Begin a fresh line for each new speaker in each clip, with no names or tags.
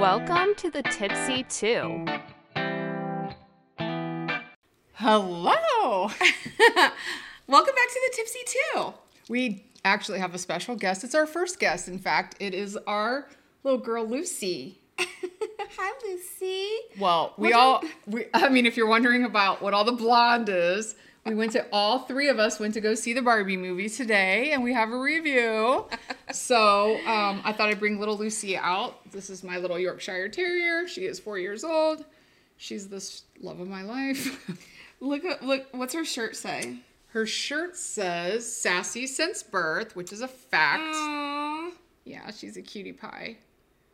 Welcome to the Tipsy Two.
Hello.
Welcome back to the Tipsy Two.
We actually have a special guest. It's our first guest, in fact. It is our little girl Lucy.
Hi, Lucy.
Well, we all we I mean, if you're wondering about what all the blonde is, we went to all three of us went to go see the Barbie movie today and we have a review. so um, I thought I'd bring little Lucy out. This is my little Yorkshire Terrier. She is four years old. She's the s- love of my life.
Look, at- look. What's her shirt say?
Her shirt says sassy since birth, which is a fact.
Aww.
Yeah, she's a cutie pie.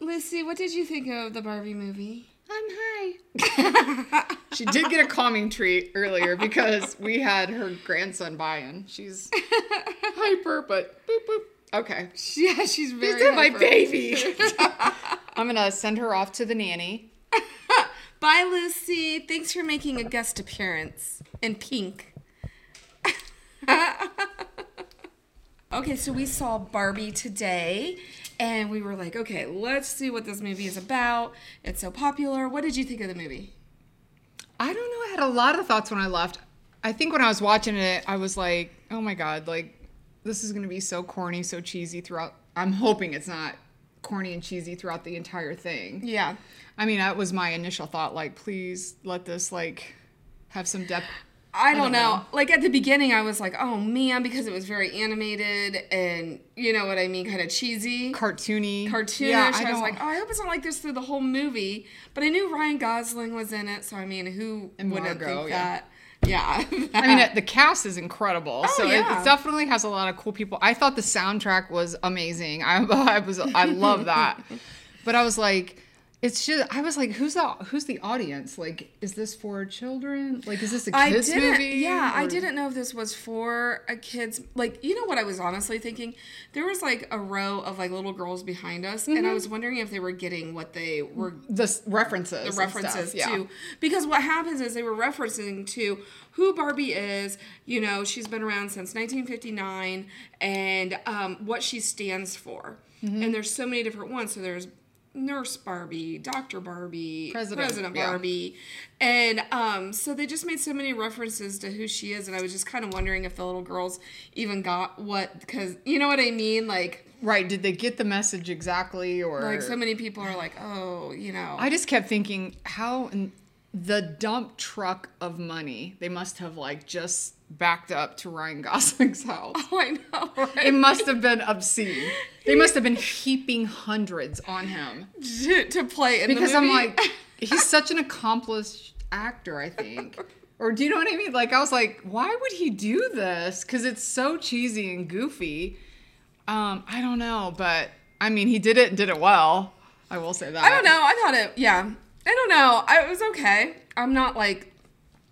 Lucy, what did you think of the Barbie movie?
I'm high. she did get a calming treat earlier because we had her grandson buy-in. She's hyper, but boop boop. Okay.
Yeah, she's very.
She's my
hyper.
baby. I'm gonna send her off to the nanny.
Bye, Lucy. Thanks for making a guest appearance in pink. okay, so we saw Barbie today, and we were like, okay, let's see what this movie is about. It's so popular. What did you think of the movie?
I don't know. I had a lot of thoughts when I left. I think when I was watching it, I was like, oh my God, like, this is going to be so corny, so cheesy throughout. I'm hoping it's not corny and cheesy throughout the entire thing.
Yeah.
I mean, that was my initial thought. Like, please let this, like, have some depth.
I don't, know. Like at the beginning, I was like, oh man, because it was very animated and you know what I mean, kind of cheesy,
Cartoony.
cartoonish. I, was like, oh, I hope it's not like this through the whole movie. But I knew Ryan Gosling was in it, so I mean, who
And
wouldn't
Margot,
think
yeah.
that? Yeah. Oh,
I mean, uh, it- the cast is incredible. so it-
yeah.
it definitely has a lot of cool people. I thought the soundtrack was amazing. I, I was I love that. but I was like, it's just I was like, who's the who's the audience? Like, is this for children? Like, is this a
I
kids
didn't.
movie?
Yeah, I
Or-
didn't know if this was for a kids. Like, you know what I was honestly thinking? There was like a row of like little girls behind us, and
Mm-hmm.
I was wondering if they were getting what they were
The s- references. and
the references
stuff, yeah.
to because what happens is they were referencing to who Barbie is. You know, she's been around since 1959 and um, what she stands for.
Mm-hmm.
And there's so many different ones. So there's Nurse Barbie, Doctor Barbie,
President,
President,
yeah.
Barbie, and um, so they just made so many references to who she is. And I was just kind of wondering if the little girls even got what because you know what I mean, like.
Right. Did they get the message exactly? Or
Like so many people are like, oh, you know,
I just kept thinking how in the dump truck of money they must have like just backed up to Ryan Gosling's house.
oh, I know, right?
It must have been obscene. They must have been heaping hundreds on him
to, to play in
because
the
I'm
movie.
like, he's such an accomplished actor, I think. Or do you know what I mean? Like I was like, why would he do this? Because it's so cheesy and goofy. Um, I don't know, but I mean, he did it and did it well. I will say that.
I don't know. I thought it. Yeah, I don't know. I, it was okay. I'm not like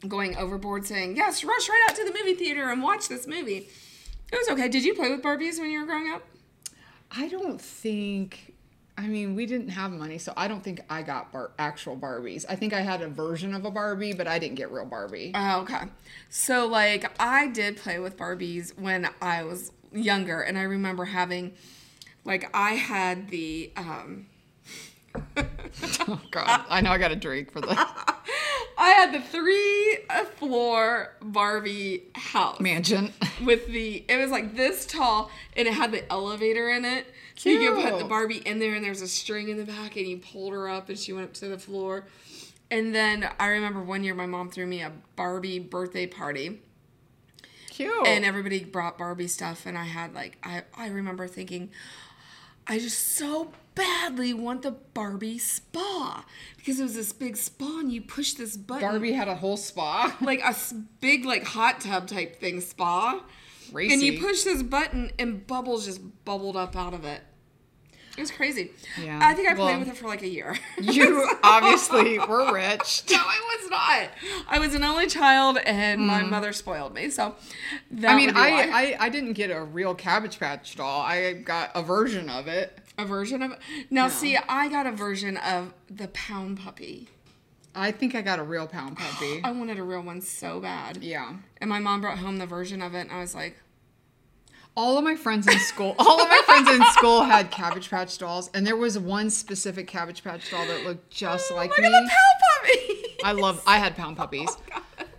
going overboard saying yes. Rush right out to the movie theater and watch this movie. It was okay. Did you play with Barbies when you were growing up?
I don't think. I mean, we didn't have money, so I don't think I got bar- actual Barbies. I think I had a version of a Barbie, but I didn't get real Barbie.
Oh, okay. So like I did play with Barbies when I was younger, and I remember having, like, I had the. um
Oh God, I know I got a drink for the
I had the three uh, floor Barbie house.
mansion.
with the it was like this tall and it had the elevator in it. So you could put the
Cute.
Barbie in there and there's a string in the back and you pulled her up and she went up to the floor. And then I remember one year my mom threw me a Barbie birthday party
Cute.
and everybody brought Barbie stuff and I had like I, I remember thinking I just so badly want the Barbie spa because it was this big spa and you push this button
Barbie had a whole spa.
like a s- big like hot tub type thing spa. And
Racy.
you push this button and bubbles just bubbled up out of it. It was crazy.
Yeah.
I think I played
Well-
with it for like a year.
You obviously were rich.
no, I was not. I was an only child and my mother spoiled me. So that
Mm. I mean,
would be why.
I, I I didn't get a real Cabbage Patch doll. I got a version of it.
a version of Now see, I got a version of the pound puppy.
I think I got a real pound puppy.
I wanted a real one so bad.
Yeah.
And my mom brought home the version of it and I was like,
all of my friends in school, all of my friends in school had Cabbage Patch dolls, and there was one specific Cabbage Patch doll that looked just like
Oh, Look
me.
at the pow puppy.
I love. I had pound puppies,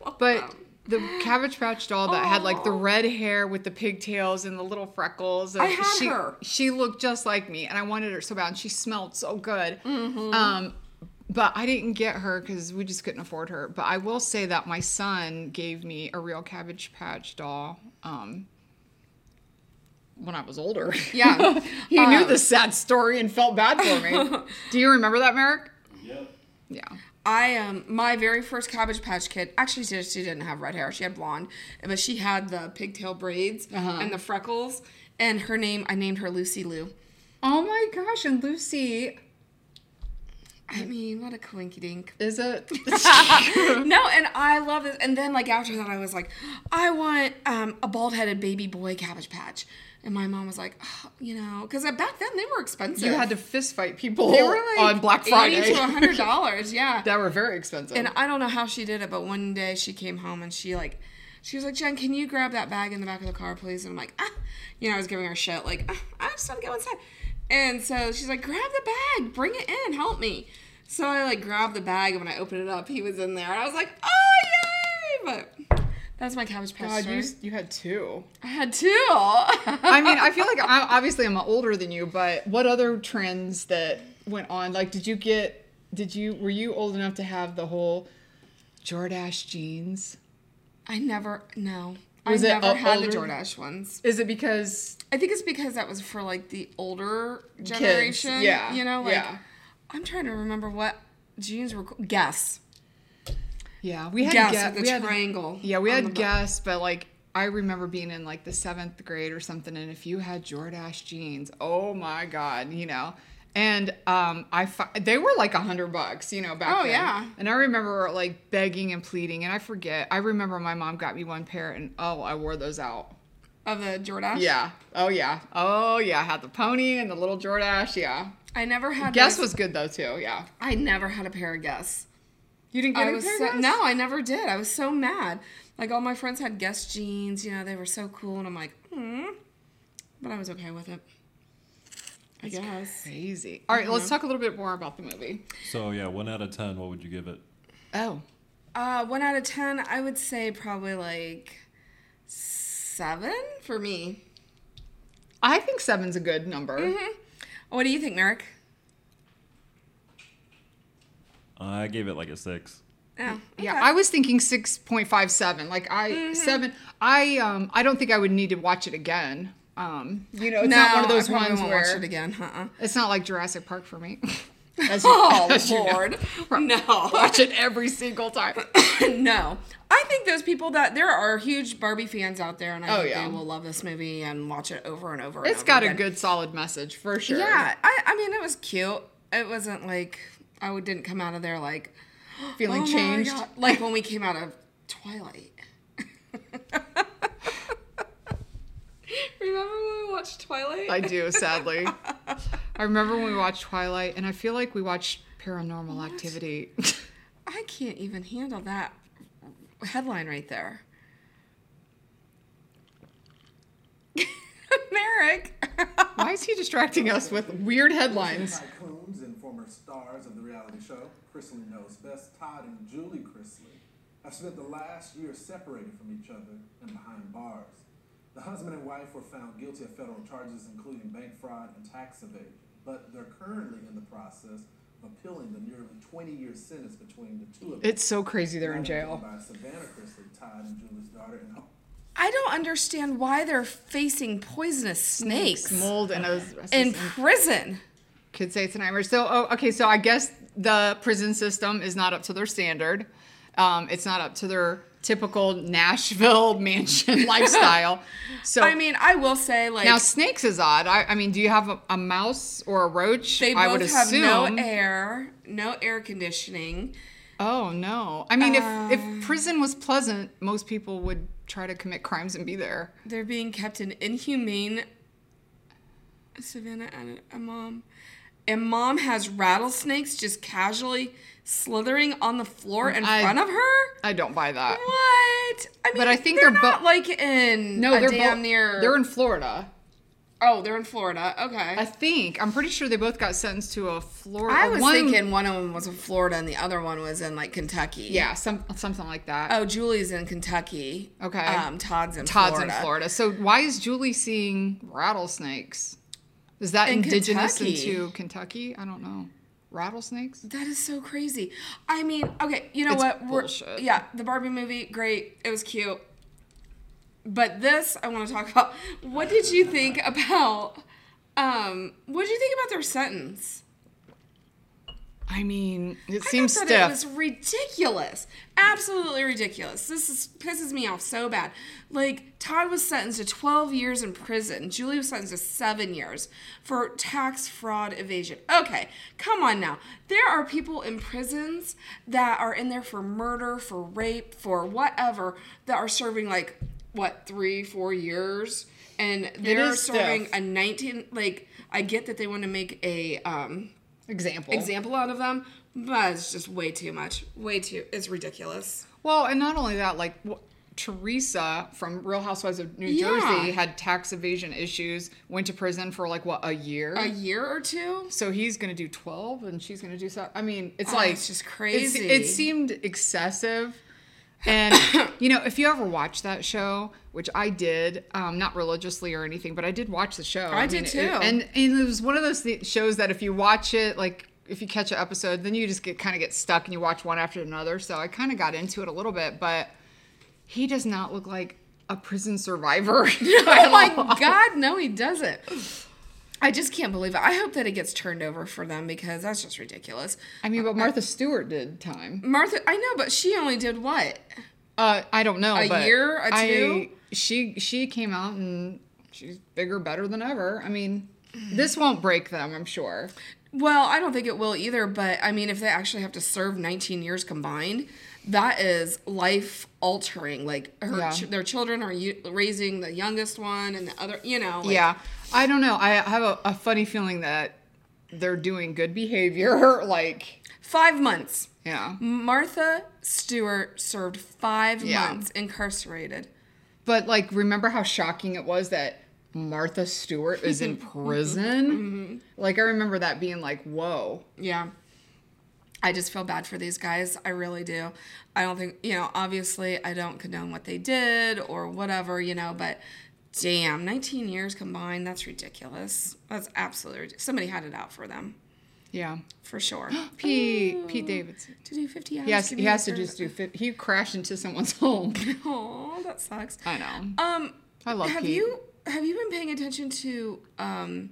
Oh,
but the Cabbage Patch doll that had like the red hair with the pigtails and the little freckles. and
had
she,
her.
She looked just like me, and I wanted her so bad. And she smelled so good.
Mm-hmm.
Um, but I didn't get her because we just couldn't afford her. But I will say that my son gave me a real Cabbage Patch doll. Um, when I was older,
Yeah.
he
Um,
knew the sad story and felt bad for me. Do you remember that, Merrick?
Yep.
Yeah.
I um my very first Cabbage Patch Kid actually she, she didn't have red hair she had blonde but she had the pigtail braids
Uh-huh.
and the freckles and her name I named her Lucy Lou.
Oh my gosh! And Lucy,
I mean what a coinky dink.
Is it?
No, and I love this. And then like after that, I was like, I want um, a bald headed baby boy Cabbage Patch. And my mom was like, "Oh, you know, because back then they were expensive.
you had to fist fight people
They were like
on Black Friday.
eighty to hundred dollars. Yeah.
that were very expensive.
And I don't know how she did it, but one day she came home and she like, she was like, Jen, can you grab that bag in the back of the car, please? And I'm like, ah, you know, I was giving her shit, like, ah, I just want to go inside. And so she's like, grab the bag, bring it in, help me. So I like grabbed the bag, and when I opened it up, he was in there, and I was like, oh yay! But that's my cabbage
God,
patch.
you,
story.
you had two.
I had two. I
I mean, I feel like I'm, obviously I'm older than you, but what other trends that went on? Like, did you get? Did you were you old enough to have the whole Jordache jeans?
I never, no,
Was
I
it
never
o-
had the
older?
Jordache ones.
Is it because
I think it's because that was for like the older generation.
yeah,
You know, like
yeah.
I'm trying to remember what jeans were. co- Guess.
yeah we had
Guess
Ga-
with the
we had-
triangle.
Yeah, we
on the
had
bu-
guests, but like I remember being in like the seventh grade or something, and if you had Jordache jeans, oh my god, you know. And um, I fi- they were like a hundred bucks, you know, back
Oh,
then.
yeah.
And I remember like begging and pleading, and I forget. I remember my mom got me one pair, and oh, I wore those out.
of the Jordache.
Yeah. Oh yeah. Oh yeah. I had the pony and the little Jordache. Yeah.
I never had.
Guess
those-
was good though too. Yeah.
I never had a pair of Guess.
You didn't get
I
a
was
pair of
so,
Guess?
no, I never did. I was so mad. Like all my friends had Guess jeans. You know, they were so cool, and I'm like, hmm. But I was okay with it. I guess.
Crazy. All right, let's
Uh-huh.
talk a little bit more about the movie.
So yeah, one out of ten. What would you give it?
Oh.
Uh, one out of ten, I would say probably like seven for me.
I think seven's a good number.
Mm-hmm. What do you think, Merrick?
I gave it like a six.
Oh,
Yeah, I was thinking six point five seven. Like I
Mm-hmm.
seven. I um I don't think I would need to watch it again. Um, you know, it's not one of those
I probably
ones
won't
where
watch it again. Uh-uh.
it's not like Jurassic Park for me. As you-
Oh
as you know.
Lord, no,
watch it every single time.
no. I think those people that there are huge Barbie fans out there, and I
Oh,
think
yeah.
they will love this movie and watch it over and over. and
It's
over
got a
again.
good solid message for sure.
Yeah, I, I mean, it was cute. It wasn't like I would- didn't come out of there like
feeling
"Oh my
changed.
God," like when we came out of Twilight. Remember when we watched Twilight?
I do sadly. I remember when we watched Twilight, and I feel like we watched Paranormal Activity.
I can't even handle that headline right there. Merrick.
Why is he distracting us with weird headlines?
Tycoons and former stars of the reality show, Chrisley Knows Best, Todd and Julie Chrisley, have spent the last year separated from each other and behind bars. The husband and wife were found guilty of federal charges including bank fraud and tax evasion, but they're currently in the process of appealing the nearly 20 year sentence between the two of them.
It's so crazy they're in jail.
By Savannah Chrisley, Todd and Julie's daughter, and
I don't understand why they're facing poisonous snakes
Mold and a
in prison.
Could say it's a nightmare. So, oh, okay, so I guess the prison system is not up to their standard. Um, it's not up to their typical Nashville mansion lifestyle. So,
I mean, I will say, like,
now snakes is odd. I, I mean, do you have a, a mouse or a roach?
they
I
both
would
have
assume.
no air, no air conditioning.
Oh no! I mean, if
Um.
if prison was pleasant, most people would try to commit crimes and be there.
They're being kept in inhumane. Savannah and a mom. and mom has rattlesnakes just casually slithering on the floor in
I-
front of her.
I don't buy that.
What? I mean,
But I think
they're,
they're
not
bo-
like in
No,
a
they're
damn
bo-
near.
They're in Florida.
oh, they're in Florida. Okay.
I
I,
think. I'm pretty sure they both got sentenced to a Florida.
was
one-
thinking one of them was in Florida and the other one was in like Kentucky.
Yeah, some something like that.
Oh, Julie's in Kentucky.
Okay.
Um, Todd's in
Todd's
Florida.
in Florida. So why is Julie seeing rattlesnakes? Is that
In
indigenous
Kentucky.
into Kentucky? I don't know. Rattlesnakes?
That is so crazy. I mean, okay, you know
It's
what? We're-
bullshit.
yeah, the Barbie movie, great. It was cute. But this, I want to talk about. What did you think about? Um, what did you think about their sentence?
I mean, it
I
seems
thought
stiff.
that It was ridiculous. Absolutely ridiculous. This is, pisses me off so bad. Like, Todd was sentenced to 12 years in prison. Julie was sentenced to seven years for tax fraud evasion. Okay, come on now. There are people in prisons that are in there for murder, for rape, for whatever, that are serving like, what, three, four years? And they're
is stiff.
serving a 19, like, I get that they want to make a, um,
example.
example out of them, but it's just way too much. Way too. It's ridiculous.
Well, and not only that, like wh- Teresa from Real Housewives of New
Yeah.
Jersey had tax evasion issues, went to prison for like what a year.
A year or two.
so he's gonna do twelve, and she's gonna do so. I mean, it's like
Oh, it's just
it se-
crazy.
It, seemed excessive, and you know, if you ever watch that show, which I did, um, not religiously or anything, but I did watch the show.
I did
it-
too.
and and it was one of those thi- shows that if you watch it, like if you catch an episode, then you just get kind of get stuck and you watch one after another. So I kind of got into it a little bit, but he does not look like a prison survivor.
Oh my God, no, he doesn't. I just can't believe it. I hope that it gets turned over for them because that's just ridiculous.
I mean, but Martha Stewart did time.
Martha, I know, but she only did what?
Uh, I don't know.
A
but
year, a
I-
two?
she she came out and she's bigger, better than ever. I mean, this won't break them, I'm sure.
Well, I don't think it will either, but I mean, if they actually have to serve 19 years combined, that is life altering. Like her,
Yeah.
ch- their children are u- raising the youngest one and the other, you know. like-
yeah, I don't know. I have a, a funny feeling that they're doing good behavior. Like,
Five months.
yeah,
Martha Stewart served five
Yeah.
months incarcerated.
but like, remember how shocking it was that Martha Stewart is in prison?
Mm-hmm.
Like, I remember that being like, whoa.
Yeah. I just feel bad for these guys. I really do. I don't think, you know, obviously I don't condone what they did or whatever, you know, but damn, 19 years combined, that's ridiculous. That's absolutely ridiculous. Somebody had it out for them,
Yeah,
for sure. Oh.
Pete Pete Davidson.
to do 50 hours.
Yes, he has to
community
just do. fif- He crashed into someone's home.
service. Aw, that sucks.
I know.
Um,
I love
have
Pete.
you have you been paying attention to um,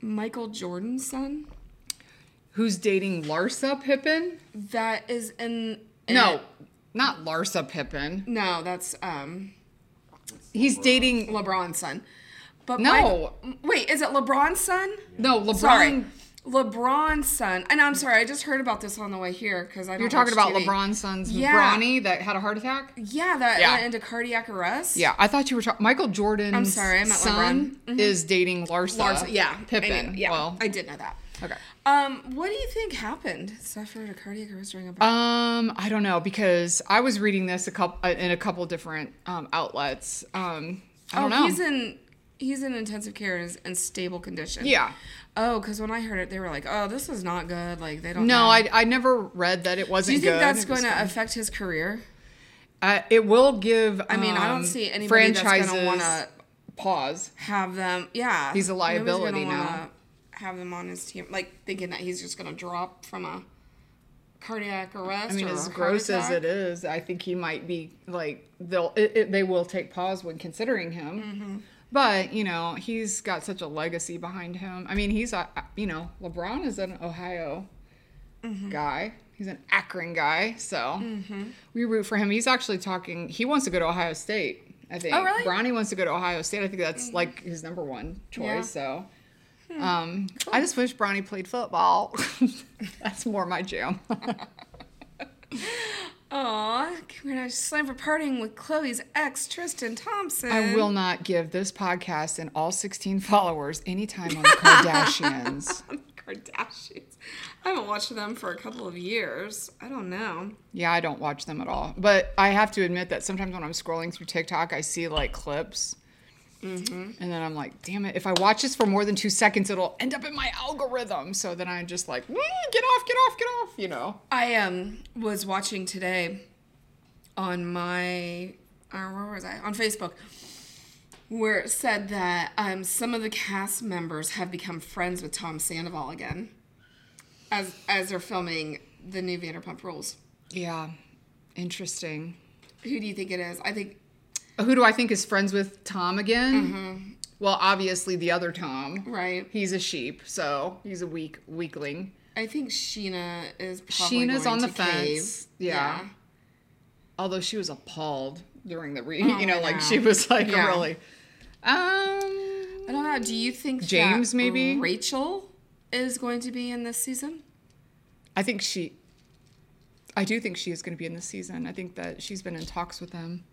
Michael Jordan's son?
Who's dating Larsa Pippen?
That is in, in
No, not Larsa Pippen.
no, that's um
He's dating
LeBron's son. But
No.
Mike- wait, is it LeBron's son?
no LeBron.
Sorry, LeBron's son. And I'm sorry, I just heard about this on the way here because I don't
You're talking
watch
about
TV.
LeBron's son's
Yeah.
Bronny that had a heart attack.
Yeah, that
Yeah.
went into cardiac arrest.
Yeah, I thought you were talking. Michael Jordan's
I'm sorry, I meant
son is dating Larsa.
Larsa, yeah,
Pippen.
I knew- yeah,
Well,
I did know that.
okay.
Um, what do you think happened? Suffered a cardiac arrest during a
Um, I don't know because I was reading this a couple in a couple different um, outlets. Um, I don't
oh,
know.
he's in he's in intensive care and is in stable condition.
yeah.
Oh, because when I heard it, they were like, "Oh, this is not good." Like they don't.
No,
know.
I, I never read that it
Do
wasn't.
you think
good.
that's
It was
going to
fine.
affect his career?
Uh, it will give.
I mean, I
um,
don't see anybody that's going to want to
franchises pause.
have them. Yeah,
He's a
Nobody's gonna
liability now.
wanna Have them on his team, like thinking that he's just going to drop from a cardiac arrest.
I mean,
or a
as
heart
gross as
attack.
it is, I think he might be like they'll it, it, they will take pause when considering him.
Mm-hmm.
But you know, he's got such a legacy behind him. I mean, he's a you know LeBron is an Ohio
Mm-hmm.
guy. He's an Akron guy, so we root for him. He's actually talking. He wants to go to Ohio State. I think.
Oh, really? Mm-hmm.
Bronny wants to go to Ohio State. I think that's like his number one choice.
Yeah. Hmm.
So. Um, I just wish Bronny played football. That's more my jam.
Aw, congratulations slam for partying with Chloe's ex, Tristan Thompson.
I will not give this podcast and all 16 followers any time on the Kardashians.
Kardashians. I haven't watched them for a couple of years. I don't know.
Yeah, I don't watch them at all. But I have to admit that sometimes when I'm scrolling through TikTok, I see like clips. And then I'm like, damn it, if I watch this for more than two seconds, it'll end up in my algorithm. So then I'm just like, "Mm, get off, get off, get off, you know?
I um was watching today on my uh, where was I on Facebook where it said that um some of the cast members have become friends with Tom Sandoval again as as they're filming the new Vanderpump Rules.
Yeah, interesting.
Who do you think it is? I think
Who do I think is friends with Tom again? Well, obviously the other Tom.
right.
He's a sheep, so he's a weak weakling.
I think Sheena is probably
Sheena's
going
on the
to cave.
fence. Yeah. Although she was appalled during the read, you know, like she was like
Yeah.
really. Um,
I don't know. Do you think
James,
that
maybe?
Rachel is going to be in this season?
I think she. I do think she is going to be in this season. I think that she's been in talks with them.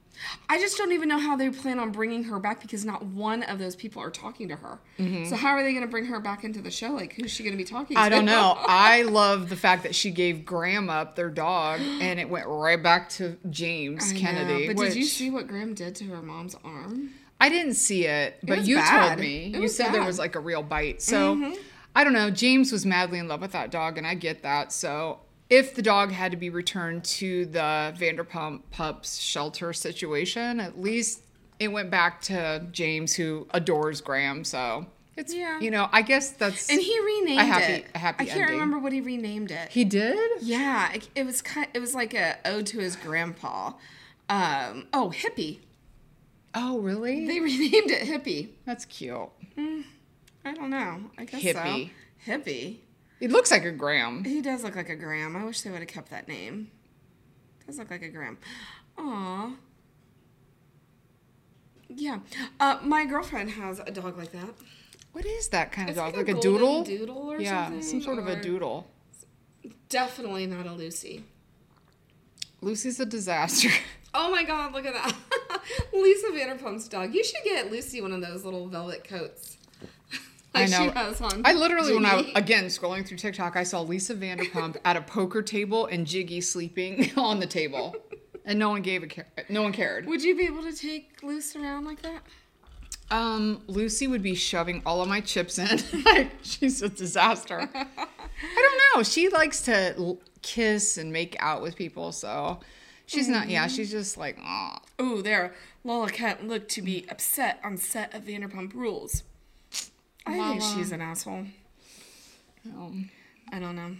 I just don't even know how they plan on bringing her back because not one of those people are talking to her. So how are they going to bring her back into the show? Like, who's she going to be talking to?
Mm-hmm. I don't know. I love the fact that she gave Graham up their dog, and it went right back to James
I know,
Kennedy.
But did you
which-
see what Graham did to her mom's arm?
I didn't see it, but
was
you
bad.
told me.
It
you
was
said there
bad. Mm-hmm.
was like a real bite. So I don't know. James was madly in love with that dog, and I get that. So if the dog had to be returned to the Vanderpump pups shelter situation, at least it went back to James, who adores Graham. So it's
Yeah.
you know, I guess that's
And he renamed
a happy,
it.
A happy
I can't
ending.
remember what he renamed it.
He did.
yeah, it, it was kind. It was like a ode to his grandpa. Um, oh, hippie.
Oh, really?
They renamed it hippie.
That's cute.
I don't know. I guess
Hippie.
so. Hippie.
It looks like a Graham.
He does look like a Graham. I wish they would have kept that name. Does look like a Graham. Aw. Yeah. Uh, my girlfriend has a dog like that.
What is that kind of
It's
dog?
like a
doodle?
golden doodle or
yeah,
something,
some sort of a
or-
doodle.
Definitely not a Lucy.
Lucy's a disaster.
Oh my God, look at that. Lisa Vanderpump's dog. You should get Lucy one of those little velvet coats.
I
like she
know.
has on.
I literally, when I
Jimmy.
again scrolling through TikTok, I saw Lisa Vanderpump at a poker table and Jiggy sleeping on the table, and no one gave a care. No one cared.
Would you be able to take Luce around like that?
Um, Lucy would be shoving all of my chips in. like she's a disaster. I don't know. She likes to l- kiss and make out with people, so she's not. Yeah,
Mm-hmm.
she's just like, Aw.
Ooh, Oh, there. Lola can't look to be upset on set of Vanderpump Rules. I
Lala.
think she's an asshole.
Um,
I don't know.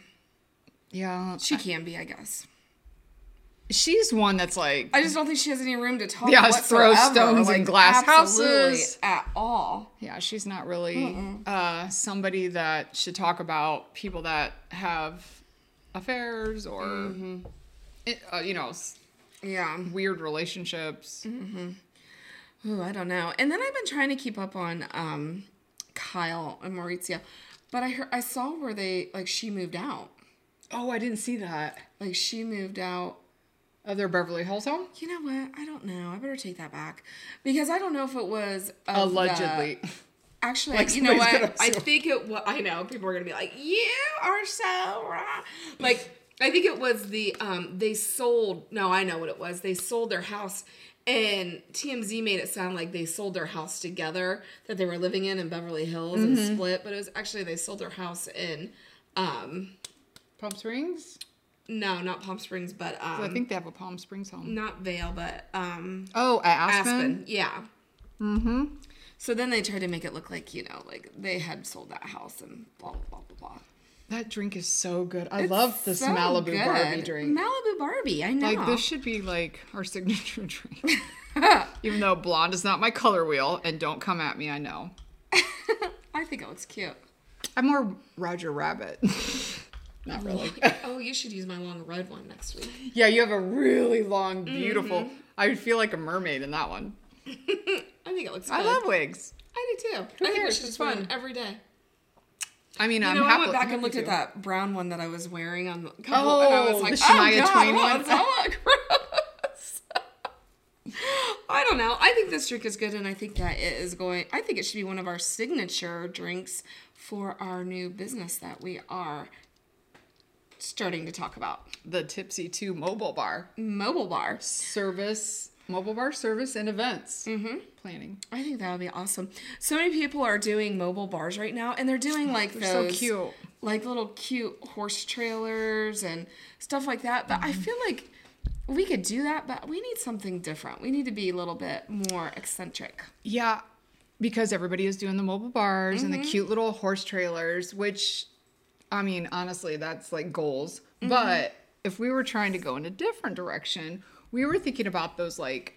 yeah.
She can be, I guess.
She's one that's like,
I just don't think she has any room to talk.
Yeah, throw
whatsoever,
stones in glass
absolutely
houses.
at all.
Yeah, she's not really uh, somebody that should talk about people that have affairs or,
Mm-hmm.
eh, uh, you know, s-
Yeah.
weird relationships.
Mm-hmm. Ooh, I don't know. And then I've been trying to keep up on um, Kyle and Maurizio, but I heard, I saw where they like she moved out.
Oh, I didn't see that.
Like she moved out
Of their Uh, Beverly Hills home?
You know what? I don't know. I better take that back because I don't know if it was of the-
Allegedly.
actually,
Like
you know
somebody's
what?
gonna
I
sue.
think it. was... I know people are gonna be like, "You are so wrong." Like I think it was the um they sold. No, I know what it was. They sold their house, and TMZ made it sound like they sold their house together that they were living in in Beverly Hills and
Mm-hmm.
split. But it was actually they sold their house in. um
Palm Springs?
No, not Palm Springs, but um,
I think they have a Palm Springs home.
not Vale, but um.
Oh, at Aspen?
Aspen. Yeah. Mm-hmm. So then they tried to make it look like you know, like they had sold that house and blah blah blah blah. blah.
That drink is so good. I love this Malibu
good.
Barbie drink.
Malibu Barbie. I know.
like this should be like our signature drink. Even though blonde is not my color wheel, and don't come at me, I know.
I think it looks cute.
I'm more Roger Rabbit. Not really.
Oh, you should use my long red one next week.
yeah, you have a really long, beautiful.
Mm-hmm.
I would feel like a mermaid in that one.
I think it looks. Good.
I love wigs.
I do too. I think
cares?
it's
It's
just fun
fun.
every day.
I mean,
You
I'm
know,
happy.
I went back
happy
and looked
to.
at that brown one that I was wearing on the couple, and I
Oh,
was like,
the Shania
oh, God,
Twain
what
one?
is that? Gross. I I don't know. I think this drink is good, and I think that it is going. I think it should be one of our signature drinks for our new business that we are starting to talk about.
The Tipsy 2 mobile bar.
Mobile bars.
Service, mobile bar service and events. Mm-hmm. Planning.
I think that would be awesome. So many people are doing mobile bars right now, and they're doing like
They're so
those
cute.
like little cute horse trailers and stuff like that. But
Mm-hmm.
I feel like we could do that, but we need something different. We need to be a little bit more eccentric.
Yeah, because everybody is doing the mobile bars
Mm-hmm.
and the cute little horse trailers, which, I mean, honestly, that's like goals.
Mm-hmm.
But if we were trying to go in a different direction, we were thinking about those like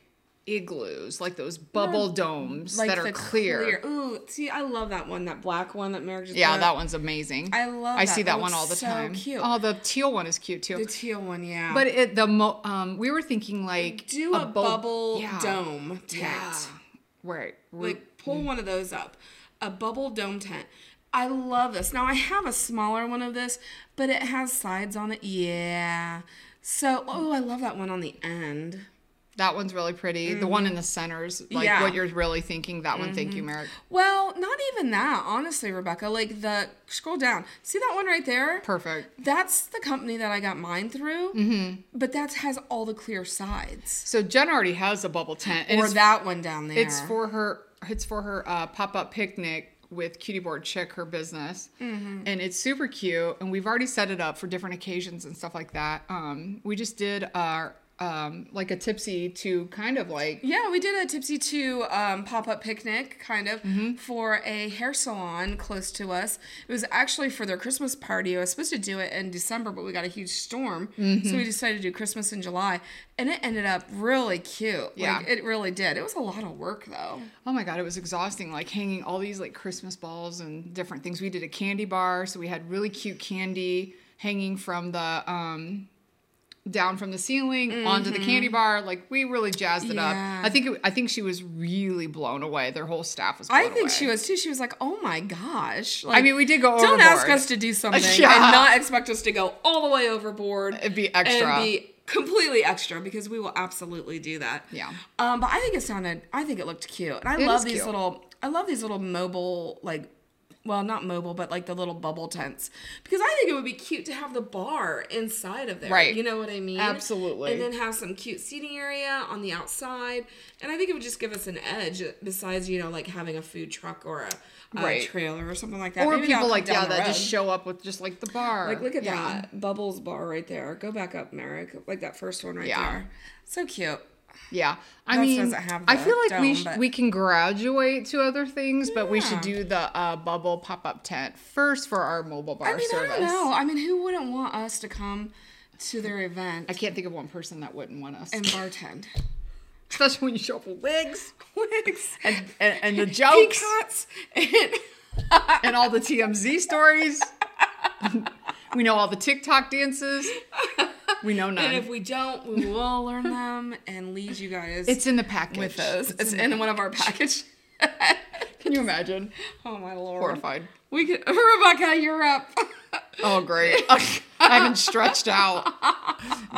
igloos, like those bubble domes that are
the
clear.
Ooh, see, I love that one, that black one that Merrick just.
Yeah,
bought.
that one's amazing.
I love
I
that.
see
That
that, one
looks
all the
so
time.
cute.
Oh, the teal one is cute too.
The teal one, yeah.
but it the mo- um we were thinking like
do a,
bub-
bubble
yeah.
dome tent.
Yeah. Right. Like,
Like pull one of those up, a bubble dome tent. I love this. Now I have a smaller one of this, but it has sides on it. Yeah. So, oh, I love that one on the end.
that one's really pretty. The one in the center is like
Yeah.
what you're really thinking. That one, thank you, Merrick.
Well, not even that, honestly, Rebecca. Like the scroll down. See that one right there?
Perfect.
That's the company that I got mine through. Mm-hmm. But that has all the clear sides.
So Jen already has a bubble tent, and
or
it's,
that one down there.
it's for her. It's for her uh, pop up picnic with Cutie Board Chick, her business, and it's super cute. And we've already set it up for different occasions and stuff like that. Um, we just did our um, like a tipsy to kind of like
Yeah, we did a Tipsy 2 um, pop up picnic, kind of, for a hair salon close to us. It was actually for their Christmas party. I was supposed to do it in December, but we got a huge storm. So we decided to do Christmas in July. And it ended up really cute.
Yeah.
Like, it really did. It was a lot of work, though.
oh my god, it was exhausting. Like hanging all these like Christmas balls and different things. We did a candy bar, so we had really cute candy hanging from the. Um, down from the ceiling onto the candy bar. Like we really jazzed it
Mm-hmm. Yeah.
up. I think it, I think she was really blown away. Their whole staff was. Blown
I think she
away.
was too. She was like, "Oh my gosh!"
I
Like,
mean, we did go.
don't ask
overboard.
us to do something
Yeah.
and not expect us to go all the way overboard
It'd be extra.
and be completely extra because we will absolutely do that
Yeah.
um but i think it sounded i think it looked cute and i
It
love
is
these
cute.
little i love these little mobile like well not mobile but like the little bubble tents because i think it would be cute to have the bar inside of there
Right.
you know what i mean
Absolutely.
and then have some cute seating area on the outside and i think it would just give us an edge besides you know like having a food truck or a, a
Right.
trailer or something like that
Or
Maybe
people
that'll come
like
down
yeah
the
that just
road.
show up with just like the bar.
Like, look at
Yeah.
that bubbles bar right there. Go back up, Merrick. Like that first one right
Yeah.
there. So cute.
Yeah, I
That
mean,
doesn't have
I
the
feel like we
dome,
sh-
but-
we can graduate to other things, but we should
Yeah.
do the uh, bubble pop up tent first for our mobile bar
I mean,
service.
I don't know. I mean, who wouldn't want us to come to their event
I can't think of one person that wouldn't want us,
and bartend?
especially when you show up with wigs
Wigs,
and, and, and the jokes
peacocks, and
and all the TMZ stories. we know all the TikTok dances. We know none.
and if we don't, we will learn them and lead you guys
it's in the package.
with those. It's, in, one of our package.
Can you imagine?
oh my lord!
Horrified.
We could, Rebecca, you're up.
Oh, great. I haven't stretched out.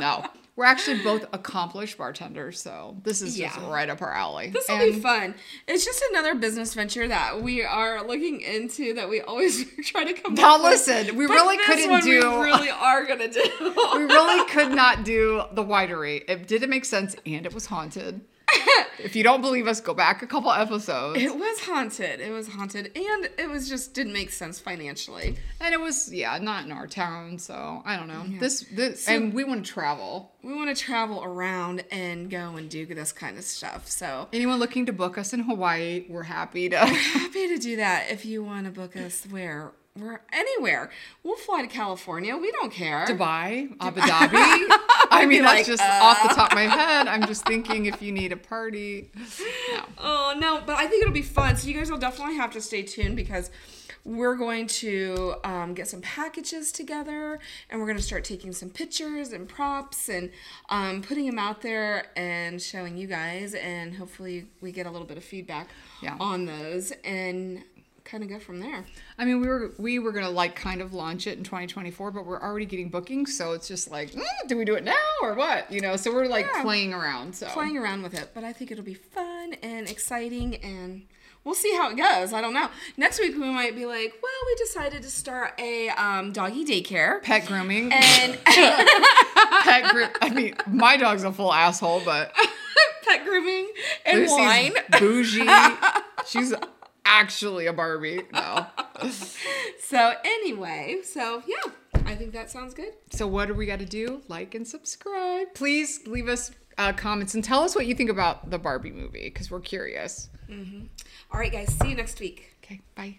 No. We're actually both accomplished bartenders, so this is just
Yeah.
right up our alley.
This will be fun. It's just another business venture that we are looking into that we always try to come.
Now
up with.
listen, we
But
really
this
couldn't
one
do.
We really are gonna do.
we really could not do the winery. It didn't make sense, and it was haunted. if you don't believe us, go back a couple episodes.
It was haunted. It was haunted, and it was just didn't make sense financially.
and it was, yeah, not in our town, so I don't know. This, this, and we want to travel.
We want to travel around and go and do this kind of stuff. So
Anyone looking to book us in Hawaii, we're happy to.
happy to do that if you want to book us where we're anywhere. We'll fly to California. We don't care.
Dubai, Abu Dhabi. I mean,
like,
that's just off the top of my head. I'm just thinking if you need a party. No.
Oh no, but I think it'll be fun. So you guys will definitely have to stay tuned because we're going to um, get some packages together and we're going to start taking some pictures and props and um, putting them out there and showing you guys and hopefully we get a little bit of feedback
Yeah.
on those and kind of go from there.
I mean, we were we were gonna like kind of launch it in 2024, but we're already getting bookings, so it's just like, mm, do we do it now or what? You know, so we're like
Yeah.
playing around. So
Playing around with it, but I think it'll be fun and exciting, and we'll see how it goes. I don't know. Next week we might be like, well, we decided to start a um, doggy daycare,
pet grooming,
and
pet groom. I mean, my dog's a full asshole, but
pet grooming and
Lucy's
wine.
bougie. She's actually a Barbie. No.
So anyway, so yeah, I think that sounds good.
So what do we got to do? Like and subscribe. Please leave us uh, comments and tell us what you think about the Barbie movie because we're curious.
All right, guys, see you next week.
Okay, bye.